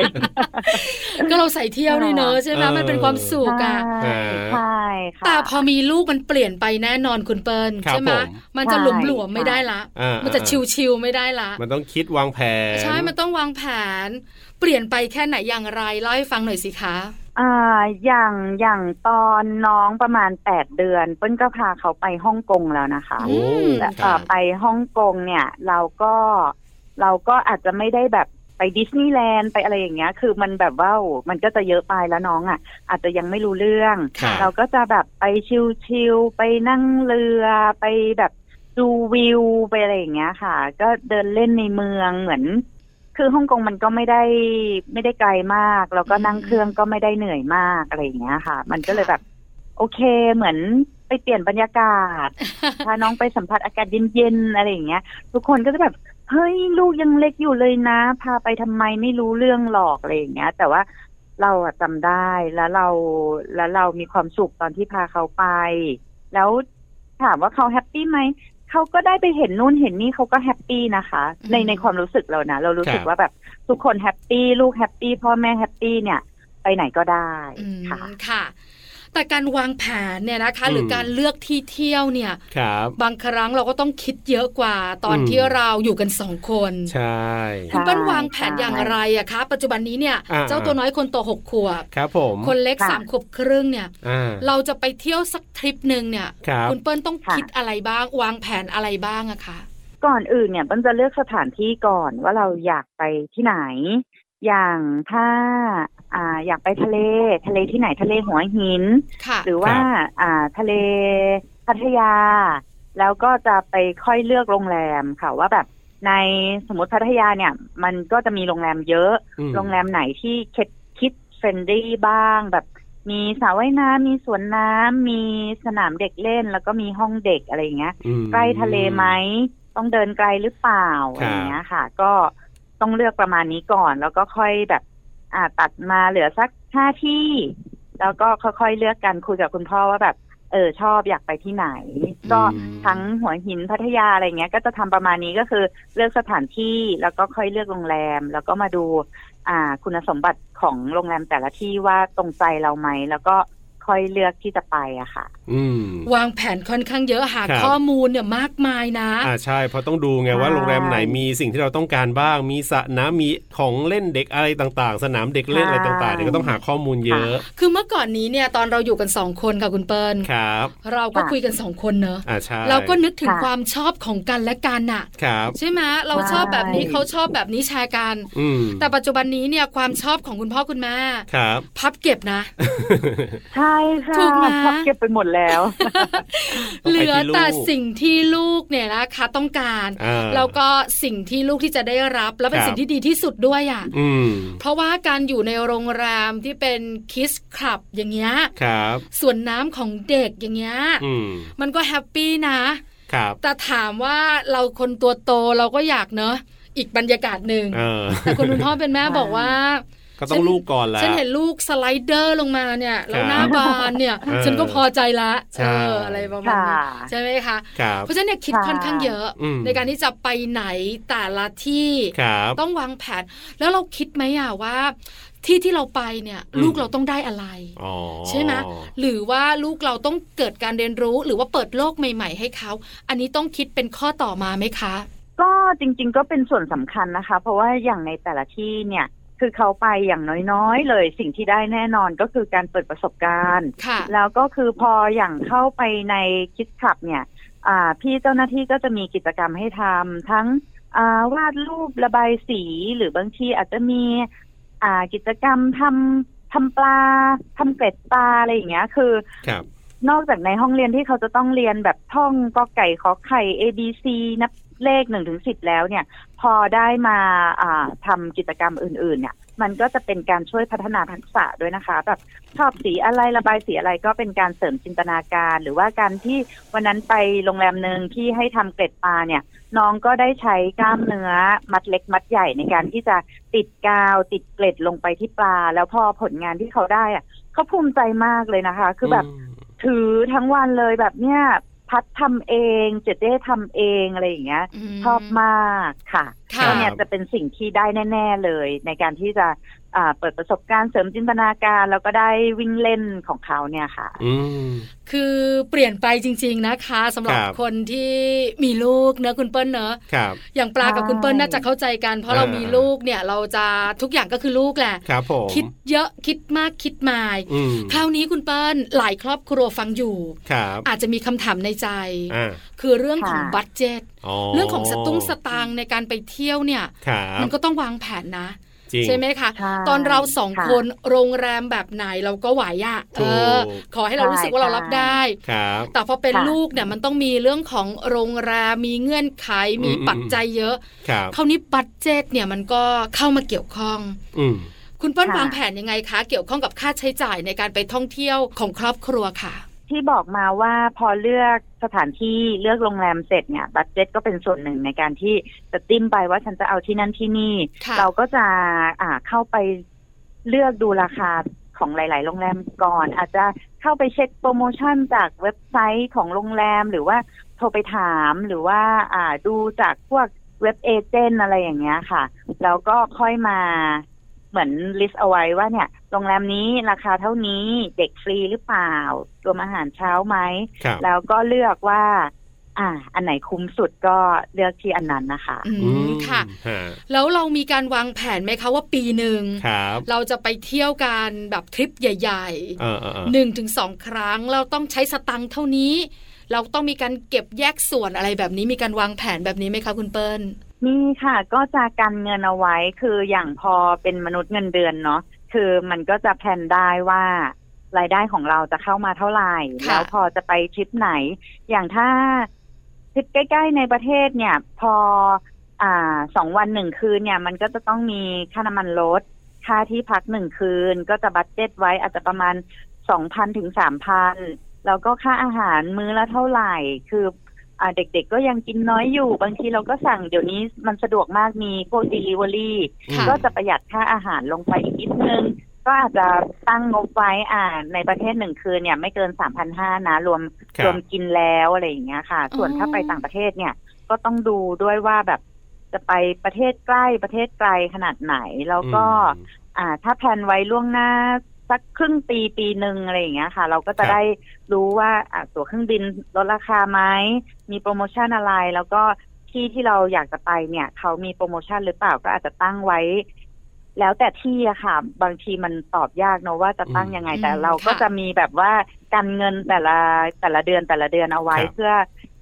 Speaker 1: ก็เราใส่เที่ยวนี่เนอะใช่ไหม
Speaker 2: เออ
Speaker 1: มันเป็นความสุขอะ
Speaker 5: ใช่ใช่ค่ะ
Speaker 1: แต่พอมีลูกมันเปลี่ยนไปแน่นอนคุณเปิล
Speaker 2: ครับ
Speaker 1: ใช่ไหม
Speaker 2: ผม
Speaker 1: มันจะ
Speaker 5: ใช่
Speaker 1: หลุมหลวมๆไม่
Speaker 5: ใช่
Speaker 1: ได้ละ
Speaker 2: อ่ามั
Speaker 1: มันจะชิวๆไม่ได้ละ
Speaker 2: มันต้องคิดวางแผน
Speaker 1: ใช่มันต้องวางแผน เปลี่ยนไปแค่ไหนอย่างไรเล่าให้ฟังหน่อยสิคะ
Speaker 5: อ่าอย่างอย่างตอนน้องประมาณแปดเดือนเปิ้ลก็พาเขาไปฮ่องกงแล้วนะคะ
Speaker 2: โอ้
Speaker 5: แต่
Speaker 2: ค
Speaker 5: เอ่
Speaker 2: รั
Speaker 5: อบ ไปฮ่องกงเนี่ยเราก็เราก็อาจจะไม่ได้แบบไปดิสนีย์แลนด์ไปอะไรอย่างเงี้ย คือมันแบบว่าโอ้มันก็จะเยอะไปแล้วน้องอ่ะ อาจจะยังไม่รู้เรื่อง
Speaker 2: ครับ
Speaker 5: เราก็จะแบบไปชิลๆไปนั่งเรือไปแบบดูวิวไปอะไรอย่างเงี้ยค่ะ ก็เดินเล่นในเมืองเหมือน คือฮ่องกงมันก็ไม่ได้ไม่ได้ไกลมาก แล้วก็นั่ง
Speaker 1: อืม
Speaker 5: เครื่องก็ไม่ได้เหนื่อยมากอะไรอย่างเงี้ยค่ะ มันก็เลยแบบ โอเคเหมือนไปเปลี่ยนบรรยากาศ พาน้องไปสัมผัสอากาศเย็นๆอะไรอย่างเงี้ย ทุกคนก็จะแบบ เฮ้ยลูกยังเล็กอยู่เลยนะ พาไปทำไมไม่รู้เรื่องหรอกอะไรอย่างเงี้ย แต่ว่าเราอะจำได้แล้วเราแล้วเรามีความสุขตอนที่พาเขาไป แล้วถามว่าเขาแฮปปี้ไหมเขาก็ได้ไปเห็นนู่นเห็นนี่เขาก็แฮปปี้นะคะ
Speaker 1: อืม
Speaker 5: ในในความรู้สึกเรานะเรารู้สึก
Speaker 2: ครับ
Speaker 5: ว่าแบบทุกคนแฮปปี้ลูกแฮปปี้พ่อแม่แฮปปี้เนี่ย ไปไหนก็ได้
Speaker 1: อืม
Speaker 5: ค่ะ
Speaker 1: ค่ะ แต่การวางแผนเนี่ยนะคะ หรืออ
Speaker 2: ม
Speaker 1: การเลือกที่เที่ยวเนี่ย
Speaker 2: ครับ
Speaker 1: บางครั้งเราก็ต้องคิดเยอะกว่าตอน
Speaker 2: อืม
Speaker 1: ที่เราอยู่กันสองคน
Speaker 2: ใช่
Speaker 1: คุณเปิ้ล
Speaker 5: ใช่
Speaker 1: วางแผน
Speaker 5: ใช่
Speaker 1: อย่างไรอะคะ ปัจจุบันนี้เนี่ย
Speaker 2: อ่า
Speaker 1: เจ้าตัวน้อยคนโตหกขวบ
Speaker 2: ครับผม
Speaker 1: คนเล็ก
Speaker 5: ค่ะ
Speaker 1: สามขวบครึ่งเนี่ย
Speaker 2: อ่า
Speaker 1: เราจะไปเที่ยวสักทริปหนึ่งเนี่ย
Speaker 2: ครับ
Speaker 1: ณเปิ้ลต้อง
Speaker 5: ค่ะ
Speaker 1: คิดอะไรบ้าง วางแผนอะไรบ้างอะคะ
Speaker 5: ก่อนอื่นเนี่ยมันจะเลือกสถานที่ก่อนว่าเราอยากไปที่ไหน อย่างถ้าอ่าอยากไปทะเลทะเลที่ไหนทะเลหัวหิน
Speaker 1: ค่ะ
Speaker 5: หรือ
Speaker 2: ค
Speaker 5: ว่า
Speaker 2: รับ
Speaker 5: อ่าทะเลพัทยา แล้วก็จะไปค่อยเลือกโรงแรมค่ะว่าแบบในสมมติพัทยาเนี่ย มันก็จะมีโรงแรมเยอะ
Speaker 2: อืม
Speaker 5: โรงแรมไหนที่คิดคิดเฟรนดี้บ้างแบบมีสระว่ายน้ำมีสวนน้ำมีสนามเด็กเล่น แล้วก็มีห้องเด็กอะไรอย่างเงี้ย
Speaker 2: อืม
Speaker 5: ใกล้ทะเลไหม ต้องเดินไกลหรือเปล่า
Speaker 2: ครับ
Speaker 5: อะไรอย่างเงี้ยค่ะ ก็ต้องเลือกประมาณนี้ก่อน แล้วก็ค่อยแบบ อ่าตัดมาเหลือสักห้าที่ แล้วก็ค่อยๆเลือกกันคุยกับคุณพ่อว่าแบบ เออชอบอยากไปที่ไหน ก็ทั้งหัวหินพัทยาอะไรเงี้ย ก็จะทำประมาณนี้ก็คือเลือกสถานที่แล้วก็ค่อยเลือกโรงแรม แล้วก็มาดู อ่า คุณสมบัติของโรงแรมแต่ละที่ว่าตรงใจเราไหมแล้วก็ค่อยเลือกที่จะไปอะค่ะ
Speaker 2: อืม
Speaker 1: วางแผนค่อนข้างเยอะหา
Speaker 2: ครับ
Speaker 1: ข้อมูลเนี่ยมากมายนะ
Speaker 2: อ่าใช่เพราะต้องดูไงว่า
Speaker 5: ใช่
Speaker 2: โรงแรมไหนมีสิ่งที่เราต้องการบ้าง มีสระน้ำมีของเล่นเด็กอะไรต่างๆ สนามเด็กเล่นอะไรต่างๆเนี่ยก็ต้องหาข้อมูลเยอะ
Speaker 1: คือเมื่อก่อนนี้เนี่ยตอนเราอยู่กันสองคนค่ะคุณเปิ้ล
Speaker 2: ครับ
Speaker 1: เราก็
Speaker 5: ค่ะ
Speaker 1: คุยกันสองคนเนอะ
Speaker 2: อ่าใช่
Speaker 1: เราก็นึกถึง
Speaker 5: ค่ะ
Speaker 1: ความชอบของกันและกันน่ะ
Speaker 2: ครับ
Speaker 1: ใช่ไหมเราชอบแบบนี้
Speaker 5: ใช่
Speaker 1: เขาชอบแบบนี้แชร์กัน
Speaker 2: อืม
Speaker 1: แต่ปัจจุบันนี้เนี่ยความชอบของคุณพ่อคุณแม่
Speaker 2: ครับ
Speaker 1: พับเก็บ
Speaker 2: [laughs]
Speaker 1: นะ
Speaker 5: ใช่ค่ะ
Speaker 1: ถูกไหม
Speaker 5: พับเก็บไปหมดแล้ว
Speaker 2: ต้อง
Speaker 1: เห
Speaker 2: ไปที่
Speaker 1: ลือ
Speaker 2: ลูก
Speaker 1: แต่สิ่งที่ลูกเนี่ยนะคะต้องการ
Speaker 2: อ่า
Speaker 1: แล้วก็สิ่งที่ลูกที่จะได้รับ แล้วเป็น
Speaker 2: ครับ
Speaker 1: สิ่งที่ดีที่สุดด้วยอ่ะ
Speaker 2: อืม
Speaker 1: เพราะว่าการอยู่ในโรงแรมที่เป็นคิสคลับอย่างเงี้ย
Speaker 2: ครับ
Speaker 1: ส่วนน้ำของเด็กอย่างเงี้ย
Speaker 2: อืม
Speaker 1: มันก็แฮปปี้นะ
Speaker 2: ครับ
Speaker 1: แต่ถามว่าเราคนตัวโตเราก็อยากเนอะอีกบรรยากาศหนึ่ง
Speaker 2: เออ
Speaker 1: แต่คุณคุณพ่อเป็นแม่
Speaker 5: ใช่
Speaker 1: บอกว่า
Speaker 2: [laughs] ก็ต้องลูกก่อนแหละ
Speaker 1: ฉันเห็นลูกสไลเดอร์ลงมาเนี่ยแล้ว
Speaker 2: ครับ
Speaker 1: หน้าบานเนี่ย
Speaker 2: เออ
Speaker 1: ฉันก็พอใจละ
Speaker 2: ใช่
Speaker 1: เอออะไรประมาณนี้
Speaker 5: ค่ะ
Speaker 1: ใช่ไหมคะ
Speaker 2: ครับ
Speaker 1: เพราะฉะนั้นเนี่ยคิด
Speaker 5: ค่ะ
Speaker 1: ค่อนข้างเยอะ
Speaker 2: อืม
Speaker 1: ในการที่จะไปไหนแต่ละที่
Speaker 2: ครับ
Speaker 1: ต้องวางแผน แล้วเราคิดไหมอ่ะว่า ที่ที่เราไปเนี่ย
Speaker 2: อืม
Speaker 1: ลูกเราต้องได้อะไร
Speaker 2: อ๋อ
Speaker 1: ใช่ไหมหรือว่าลูกเราต้องเกิดการเรียนรู้หรือว่าเปิดโลกใหม่ ๆ ให้เขา อันนี้ต้องคิดเป็นข้อต่อมาไหมคะ
Speaker 5: ก็จริงๆก็เป็นส่วนสำคัญนะคะ เพราะว่าอย่างในแต่ละที่เนี่ย คือเขาไปอย่างน้อยๆ เลย สิ่งที่ได้แน่นอนก็คือการเปิดประสบการณ์
Speaker 1: ค่ะ
Speaker 5: แล้วก็คือพออย่างเข้าไปในคิดขับเนี่ย อ่า พี่เจ้าหน้าที่ก็จะมีกิจกรรมให้ทำทั้งอ่าวาดรูประบายสีหรือบางทีอาจจะมี อ่ากิจกรรมทำทำปลาทำเกล็ดปลาอะไรอย่างเงี้ยคือ
Speaker 2: ครับ
Speaker 5: นอกจากในห้องเรียนที่เขาจะต้องเรียนแบบท่องกอไก่ขอไข่ A B C นับเลขหนึ่งถึงสิบแล้วเนี่ย พอได้มาอ่าทำกิจกรรมอื่น ๆ เนี่ย มันก็จะเป็นการช่วยพัฒนาทักษะด้วยนะคะแบบชอบสีอะไรระบายสีอะไรก็เป็นการเสริมจินตนาการ หรือว่าการที่วันนั้นไปโรงแรมหนึ่งที่ให้ทำเกล็ดปลาเนี่ย น้องก็ได้ใช้กล้ามเนื้อมัดเล็กมัดใหญ่ในการที่จะติดกาวติดเกล็ดลงไปที่ปลา แล้วพอผลงานที่เขาได้อะ เขาภูมิใจมากเลยนะคะ คือแบบถือทั้งวันเลยแบบเนี้ยพัดทำเองเจเด้ทำเองอะไรอย่างเงี้ย ชอบมากค่ะ
Speaker 1: ค่ะ
Speaker 5: ก็เนี่ยจะเป็นสิ่งที่ได้แน่ ๆเลย ในการที่จะอ่าเปิดประสบการณ์เสริมจินตนาการ แล้วก็ได้วิ่งเล่นของเขาเนี่ยค่ะ
Speaker 2: อืม
Speaker 1: คือเปลี่ยนไปจริง ๆนะคะสำหรับ
Speaker 2: ครับ
Speaker 1: คนที่มีลูกเนอะคุณเปิ้ลเนอะ
Speaker 2: ครับ
Speaker 1: อย่างปลากับ
Speaker 5: ใช่
Speaker 1: คุณเปิ้ลน่าจะเข้าใจกัน เพราะ
Speaker 2: อ่า
Speaker 1: เรามีลูกเนี่ยเราจะทุกอย่างก็คือลูกแหละ
Speaker 2: ครับผม
Speaker 1: คิดเยอะคิดมากคิดมาย
Speaker 2: อืม
Speaker 1: คราวนี้คุณเปิ้ลหลายครอบครัวฟังอยู่
Speaker 2: ครับ
Speaker 1: อาจจะมีคำถามในใจ
Speaker 2: อ่า
Speaker 1: คือเรื่องของ
Speaker 5: ค่ะ
Speaker 1: บัตเจตเรื่องของสตุ้งสตางค์ในการไปเที่ยวเนี่ย
Speaker 2: ครับ
Speaker 1: มันก็ต้องวางแผนนะ
Speaker 2: จริง
Speaker 1: ใช่ไหมคะ
Speaker 5: ใช่
Speaker 1: ตอนเราสอง
Speaker 5: ค่ะ
Speaker 1: คนโรงแรมแบบไหนเราก็ไหวอะ
Speaker 2: ถู
Speaker 1: เอก อ ขอให้เรารู้สึกว่าเรารับ
Speaker 5: ใช่
Speaker 1: ได้
Speaker 2: ครับ
Speaker 1: แต่พอเป็น
Speaker 5: ค่ะ
Speaker 1: ลูกเนี่ยมันต้องมีเรื่องของโรงแรมมีเงื่อนไขมี
Speaker 2: อืม
Speaker 1: ปัจจัยเยอะ
Speaker 2: ครับ
Speaker 1: คราวนี้บัตเจตเนี่ยมันก็เข้ามาเกี่ยวข้อง
Speaker 2: อืม
Speaker 1: คุณเปิ้ล
Speaker 5: ค่ะ
Speaker 1: วางแผนยังไงคะ เกี่ยวข้องกับค่าใช้จ่ายในการไปท่องเที่ยวของครอบครัวค่ะ
Speaker 5: ที่บอกมาว่าพอเลือกสถานที่เลือกโรงแรมเสร็จเนี่ยบัตเจ็ตก็เป็นส่วนหนึ่งในการที่จะติ้มไปว่าฉันจะเอาที่นั่นที่นี่
Speaker 1: ค่ะ
Speaker 5: เราก็จะอ่าเข้าไปเลือกดูราคาของหลาย ๆ โรงแรมก่อน อาจจะเข้าไปเช็คโปรโมชั่นจากเว็บไซต์ของโรงแรมหรือว่าโทรไปถามหรือว่าอ่าดูจากพวกเว็บเอเจนต์อะไรอย่างเงี้ยค่ะ แล้วก็ค่อยมาเหมือนลิสต์เอาไว้ว่าเนี่ยโรงแรมนี้ราคาเท่านี้เด็กฟรีหรือเปล่า รวมอาหารเช้าไหม
Speaker 2: ครับ
Speaker 5: แล้วก็เลือกว่า อ่า อันไหนคุ้มสุดก็เลือกที่อันนั้นนะคะ
Speaker 1: อืม
Speaker 2: อืม
Speaker 1: ค่ะ
Speaker 2: ฮะ
Speaker 1: แล้วเรามีการวางแผนไหมคะว่าปีหนึ่ง
Speaker 2: ครับ
Speaker 1: เราจะไปเที่ยวกันแบบทริปใหญ่
Speaker 2: เออเออเออ
Speaker 1: ๆหนึ่งถึงสองครั้งเราต้องใช้สตังค์เท่านี้ เราต้องมีการเก็บแยกส่วนอะไรแบบนี้มีการวางแผนแบบนี้ไหมคะคุณเปิ้ล
Speaker 5: มีค่ะก็จะกันเงินเอาไว้คืออย่างพอเป็นมนุษย์เงินเดือนเนาะคือมันก็จะแพลนได้ว่ารายได้ของเราจะเข้ามาเท่าไหร่
Speaker 1: ค่ะ
Speaker 5: แล้วพอจะไปทริปไหน อย่างถ้าทริปใกล้ๆในประเทศเนี่ย พออ่าสองวันหนึ่งคืนเนี่ย มันก็จะต้องมีค่าน้ำมันรถค่าที่พักหนึ่งคืน ก็จะบัตเจ็ตไว้อาจจะประมาณสองพันถึงสามพันแล้วก็ค่าอาหารมื้อละเท่าไหร่คือ อ่าเด็กๆก็ยังกินน้อยอยู่ บางทีเราก็สั่งเดี๋ยวนี้มันสะดวกมากมีพวก delivery
Speaker 1: ค่ะ
Speaker 5: ก็จะประหยัดค่าอาหารลงไปอีกนิดนึง ก็อาจจะตั้งงบไว้อ่าในประเทศหนึ่งคืนเนี่ยไม่เกิน 3,500 นะ รวม
Speaker 2: ครั
Speaker 5: ร
Speaker 2: บ
Speaker 5: วมกินแล้วอะไรอย่างเงี้ยค่ะ ส่วน
Speaker 1: อ๋อ
Speaker 5: ถ้าไปต่างประเทศเนี่ย ก็ต้องดูด้วยว่าแบบจะไปประเทศใกล้ประเทศไกลขนาดไหนแล้วก็
Speaker 2: อืม
Speaker 5: อ่าถ้าแพลนไว้ล่วงหน้าสักครึ่งปีปีหนึ่งอะไรอย่างเงี้ยค่ะ เราก็จะ
Speaker 2: ครับ
Speaker 5: ได้รู้ว่าอ่าตั๋วเครื่องบินลดราคาไหมมีโปรโมชั่นอะไร แล้วก็ที่ที่เราอยากจะไปเนี่ย เขามีโปรโมชั่นหรือเปล่าก็อาจจะตั้งไว้ แล้วแต่ที่อะค่ะ บางทีมันตอบยากเนอะว่าจะตั้งยังไง
Speaker 1: อืม
Speaker 5: แต่เราก็
Speaker 1: ค่ะ
Speaker 5: จะมีแบบว่าการเงินแต่ละแต่ละเดือนแต่ละเดือนเอาไว้ เพื่อ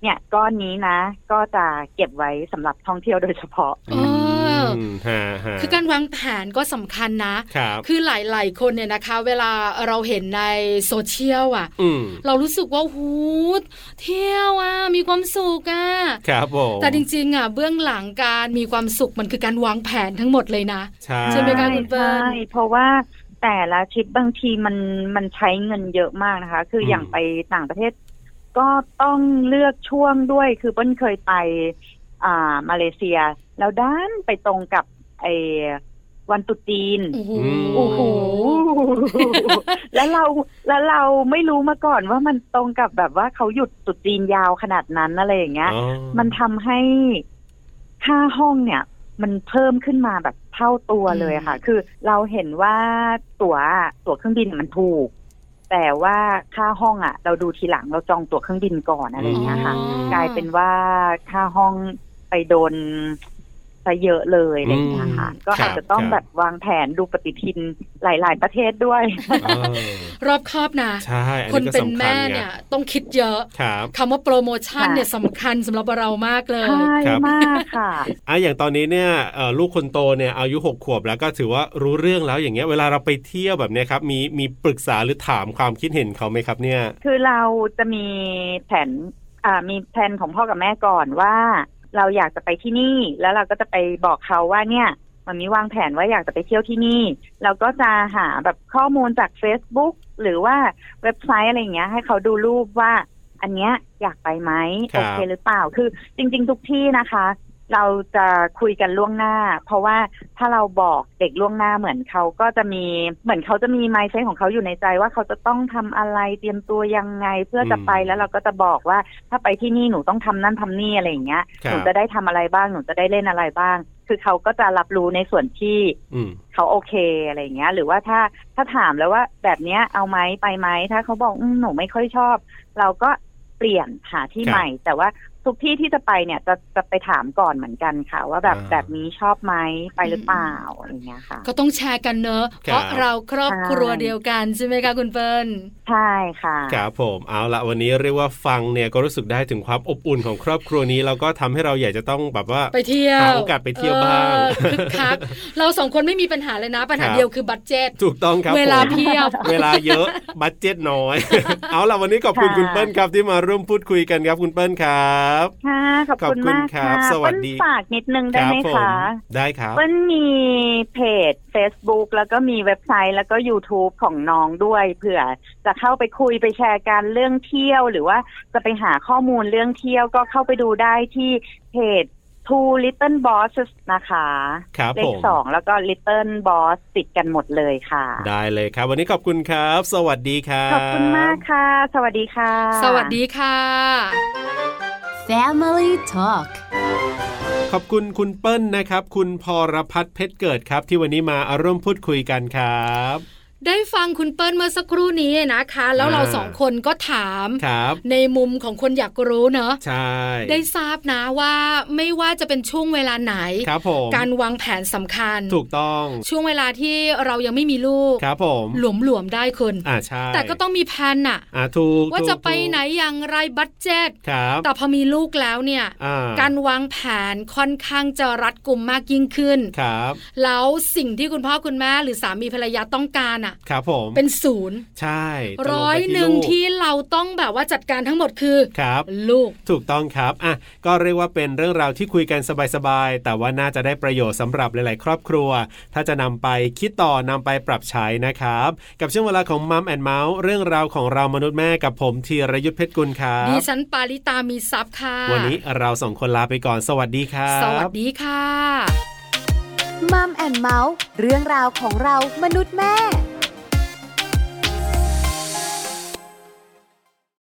Speaker 5: เนี่ยก้อนนี้นะ ก็จะเก็บไว้สำหรับท่องเที่ยวโดยเฉพาะ
Speaker 1: เอออ
Speaker 2: มฮะฮะ
Speaker 1: คือการวางแผนก็สำคัญนะ
Speaker 2: ครับ
Speaker 1: คือหลาย ๆ คนเนี่ยนะคะ เวลาเราเห็นในโซเชียลอ่ะ
Speaker 2: อืม
Speaker 1: เรารู้สึกว่าหูเที่ยวอ่ะมีความสุขอ่ะ
Speaker 2: ครับผม
Speaker 1: แต่จริง ๆ อ่ะ เบื้องหลังการมีความสุขมันคือการวางแผนทั้งหมดเลยนะ
Speaker 2: ใช่
Speaker 1: ใช่ไหมคะคุณเปิ้ล
Speaker 5: ใช่เพราะว่าแต่ละทริปบางทีมันมันใช้เงินเยอะมากนะคะ คืออย่างไปต่างประเทศ ก็ต้องเลือกช่วงด้วย คือเปิ้ลเคยไป อ่ามาเลเซีย แล้วด้านไปตรงกับไอวันตรุษจีน
Speaker 1: โอ้โห
Speaker 5: โอ้โห แล้วเราแล้วเราไม่รู้มาก่อนว่ามันตรงกับแบบว่าเขาหยุดตรุษจีนยาวขนาดนั้นอะไรอย่างเงี้ย
Speaker 2: อ๋อ
Speaker 5: มันทำให้ค่าห้องเนี่ย มันเพิ่มขึ้นมาแบบเท่าตัวเลยค่ะ
Speaker 1: อืม
Speaker 5: คือเราเห็นว่าตั๋วตั๋วเครื่องบินมันถูก แต่ว่าค่าห้องอ่ะ เราดูทีหลังเราจองตั๋วเครื่องบินก่อนอะไรอย่างเงี้ยค่ะ
Speaker 1: อ๋อ
Speaker 5: กลายเป็นว่าค่าห้องไปโดนซะเยอะเลยอะไรอย่างเงี้ยค่ะ ก็อาจจะต้องแบบวางแผนดูปฏิทินหลาย ๆ ประเทศด้วย
Speaker 2: เออ
Speaker 1: รอบครอบนะ
Speaker 2: ใช่อั
Speaker 1: คน
Speaker 2: ก็
Speaker 1: เป็น
Speaker 2: สำญ
Speaker 1: แม่เนี่ย ต้องคิดเยอะ
Speaker 2: ครับ
Speaker 1: คำว่าโปรโมชั่นเนี่ยสำคัญสำหรับเรามากเลย
Speaker 5: ใช่
Speaker 2: ครับ
Speaker 5: มากค่ะ
Speaker 2: อ่ะอย่างตอนนี้เนี่ยเอ่อลูกคนโตเนี่ยอายุหกขวบแล้วก็ถือว่ารู้เรื่องแล้วอย่างเงี้ย เวลาเราไปเที่ยวแบบเนี้ยครับมีมีปรึกษาหรือถามความคิดเห็นเขาไหมครับเนี่ย
Speaker 5: คือเราจะมีแผนอ่ามีแผนของพ่อกับแม่ก่อนว่า เราอยากจะไปที่นี่ แล้วเราก็จะไปบอกเขาว่าเนี่ย มันมีวางแผนว่าอยากจะไปเที่ยวที่นี่ เราก็จะหาแบบข้อมูลจาก Facebook หรือว่าเว็บไซต์อะไรอย่างเงี้ย ให้เขาดูรูปว่า อันเนี้ยอยากไปไหม
Speaker 2: ครั
Speaker 5: โอบ เคหรือเปล่า คือจริง ๆ ทุกที่นะคะ เราจะคุยกันล่วงหน้า เพราะว่าถ้าเราบอกเด็กล่วงหน้าเหมือนเขาก็จะมีเหมือนเขาจะมีไมเซ็ตของเขาอยู่ในใจว่าเขาจะต้องทำอะไรเตรียมตัวยังไงเพื่อจะไป
Speaker 2: อืม
Speaker 5: แล้วเราก็จะบอกว่าถ้าไปที่นี่หนูต้องทำนั่นทำนี่อะไรอย่างเงี้ย
Speaker 2: ครับ
Speaker 5: หนูจะได้ทำอะไรบ้างหนูจะได้เล่นอะไรบ้าง คือเขาก็จะรับรู้ในส่วนที่
Speaker 2: อืม
Speaker 5: เขาโอเคอะไรอย่างเงี้ย หรือว่าถ้าถ้าถามแล้วว่าแบบเนี้ยเอาไหมไปไหมถ้าเขาบอกอมหนูไม่ค่อยชอบ เราก็เปลี่ยนหาที่
Speaker 2: ครับ
Speaker 5: ใหม่ แต่ว่าทุกที่ที่จะไปเนี่ยจะจะไปถามก่อนเหมือนกันค่ะ ว่าแบบ
Speaker 2: อ่า
Speaker 5: แบบนี้ชอบไหมไปหรือเปล่าอะไรอย่างเงี้ยค่ะ
Speaker 1: ก็ต้องแชร์กันเนอะเพราะเราครอบครัว
Speaker 5: ใช่
Speaker 1: เดียวกันใช่ไหมคะคุณเปิ้ล
Speaker 5: ใช่ค่ะ
Speaker 2: ครับผมเอาละวันนี้เรียกว่าฟังเนี่ยก็รู้สึกได้ถึงความอบอุ่นของครอบครัวนี้แล้วก็ทำให้เราอยากจะต้องแบบว่า
Speaker 1: ไปเที่ยว
Speaker 2: หาโอกาสไปเที่ยวบ้าง
Speaker 1: เออคึกคักเราสองคนไม่มีปัญหาเลยนะ ปัญหา
Speaker 2: ครับ
Speaker 1: เดียวคือบัตเจ็ต
Speaker 2: ถูกต้องครับ
Speaker 1: เวลา
Speaker 2: ผม
Speaker 1: เพียบ
Speaker 2: เวลาเยอะบัตเจ็ตน้อย
Speaker 5: [laughs]
Speaker 2: เอาล่ะวันนี้ขอบคุณ
Speaker 5: ค่ะ
Speaker 2: คุณเปิ้ลครับที่มาร่วมพูดคุยกันครับคุณเปิ้ลครับ
Speaker 5: ค่ะขอ
Speaker 2: ขอ
Speaker 5: บคุณ
Speaker 2: บคุณ
Speaker 5: มาก
Speaker 2: ครั
Speaker 5: ค่ะ
Speaker 2: บสวัสดี
Speaker 5: เปิ้ลฝากนิดนึงได้ไหม
Speaker 2: ผม
Speaker 5: คะ
Speaker 2: ได้ครับ
Speaker 5: เปิ้ลมีเพจ Facebook แล้วก็มีเว็บไซต์แล้วก็ YouTube ของน้องด้วยเผื่อจะเข้าไปคุยไปแชร์การเรื่องเที่ยว หรือว่าจะไปหาข้อมูลเรื่องเที่ยวก็เข้าไปดูได้ที่เพจ Two Little Bosses นะคะ
Speaker 2: ครับ
Speaker 5: เล
Speaker 2: ผ
Speaker 5: ข
Speaker 2: ม
Speaker 5: สองแล้วก็ Little Boss ติดกันหมดเลยค่ะ
Speaker 2: ได้เลยครับ วันนี้ขอบคุณครับ สวัสดีครับ
Speaker 5: ขอบคุณมากค่ะ สวัสดีค่ะ
Speaker 1: สวัสดีค่ะ
Speaker 4: Family Talk
Speaker 2: ขอบคุณคุณเปิ้ลนะครับ คุณพรพัฒน์เพชรเกิดครับ ที่วันนี้มาร่วมพูดคุยกันครับ
Speaker 1: ได้ฟังคุณเปิ้ลเมื่อสักครู่นี้นะคะ แล้ว
Speaker 2: อ่า
Speaker 1: เราสองคนก็ถาม
Speaker 2: ครับ
Speaker 1: ในมุมของคนอยากรู้เนอะ
Speaker 2: ใช่
Speaker 1: ได้ทราบนะว่าไม่ว่าจะเป็นช่วงเวลาไหน
Speaker 2: ครับผม
Speaker 1: การวางแผนสำคัญ
Speaker 2: ถูกต้อง
Speaker 1: ช่วงเวลาที่เรายังไม่มีลูก
Speaker 2: ครับผม
Speaker 1: หลวมหลวมๆได้คุณ
Speaker 2: อ่าใช่
Speaker 1: แต่ก็ต้องมีแผนน่ะ
Speaker 2: อ่าถูก
Speaker 1: ว่าจะไป
Speaker 2: ถูก
Speaker 1: ไหนอย่างไรบัตเจ็ต
Speaker 2: ครับ
Speaker 1: แต่พอมีลูกแล้วเนี่ย
Speaker 2: อ่า
Speaker 1: การวางแผนค่อนข้างจะรัดกุมมากยิ่งขึ้น
Speaker 2: ครับ
Speaker 1: แล้วสิ่งที่คุณพ่อคุณแม่หรือสามีภรรยาต้องการอ่ะ
Speaker 2: ครับผม
Speaker 1: เป็นศูนย์
Speaker 2: ใช่ตกลงไป
Speaker 1: ร้อยหนึ่ง
Speaker 2: ลูก
Speaker 1: ที่เราต้องแบบว่าจัดการทั้งหมดคือ
Speaker 2: ครับ
Speaker 1: ลูก
Speaker 2: ถูกต้องครับอ่ะก็เรียกว่าเป็นเรื่องราวที่คุยกันสบายๆ แต่ว่าน่าจะได้ประโยชน์สำหรับหลาย ๆ ครอบครัว ถ้าจะนำไปคิดต่อนำไปปรับใช้นะครับ กับช่วงเวลาของมัมแอนเมาส์เรื่องราวของเรามนุษย์แม่กับผมธีรยุทธเพชรกุลครั
Speaker 1: ดิ
Speaker 2: บ
Speaker 1: ฉันปาริตามีซับค่ะ
Speaker 2: วันนี้เราส่งคนลาไปก่อนสวัสดีครับ
Speaker 1: สวัสดีค่ะ
Speaker 4: มัมแอนเมาส์เรื่องราวของเรามนุษย์แม่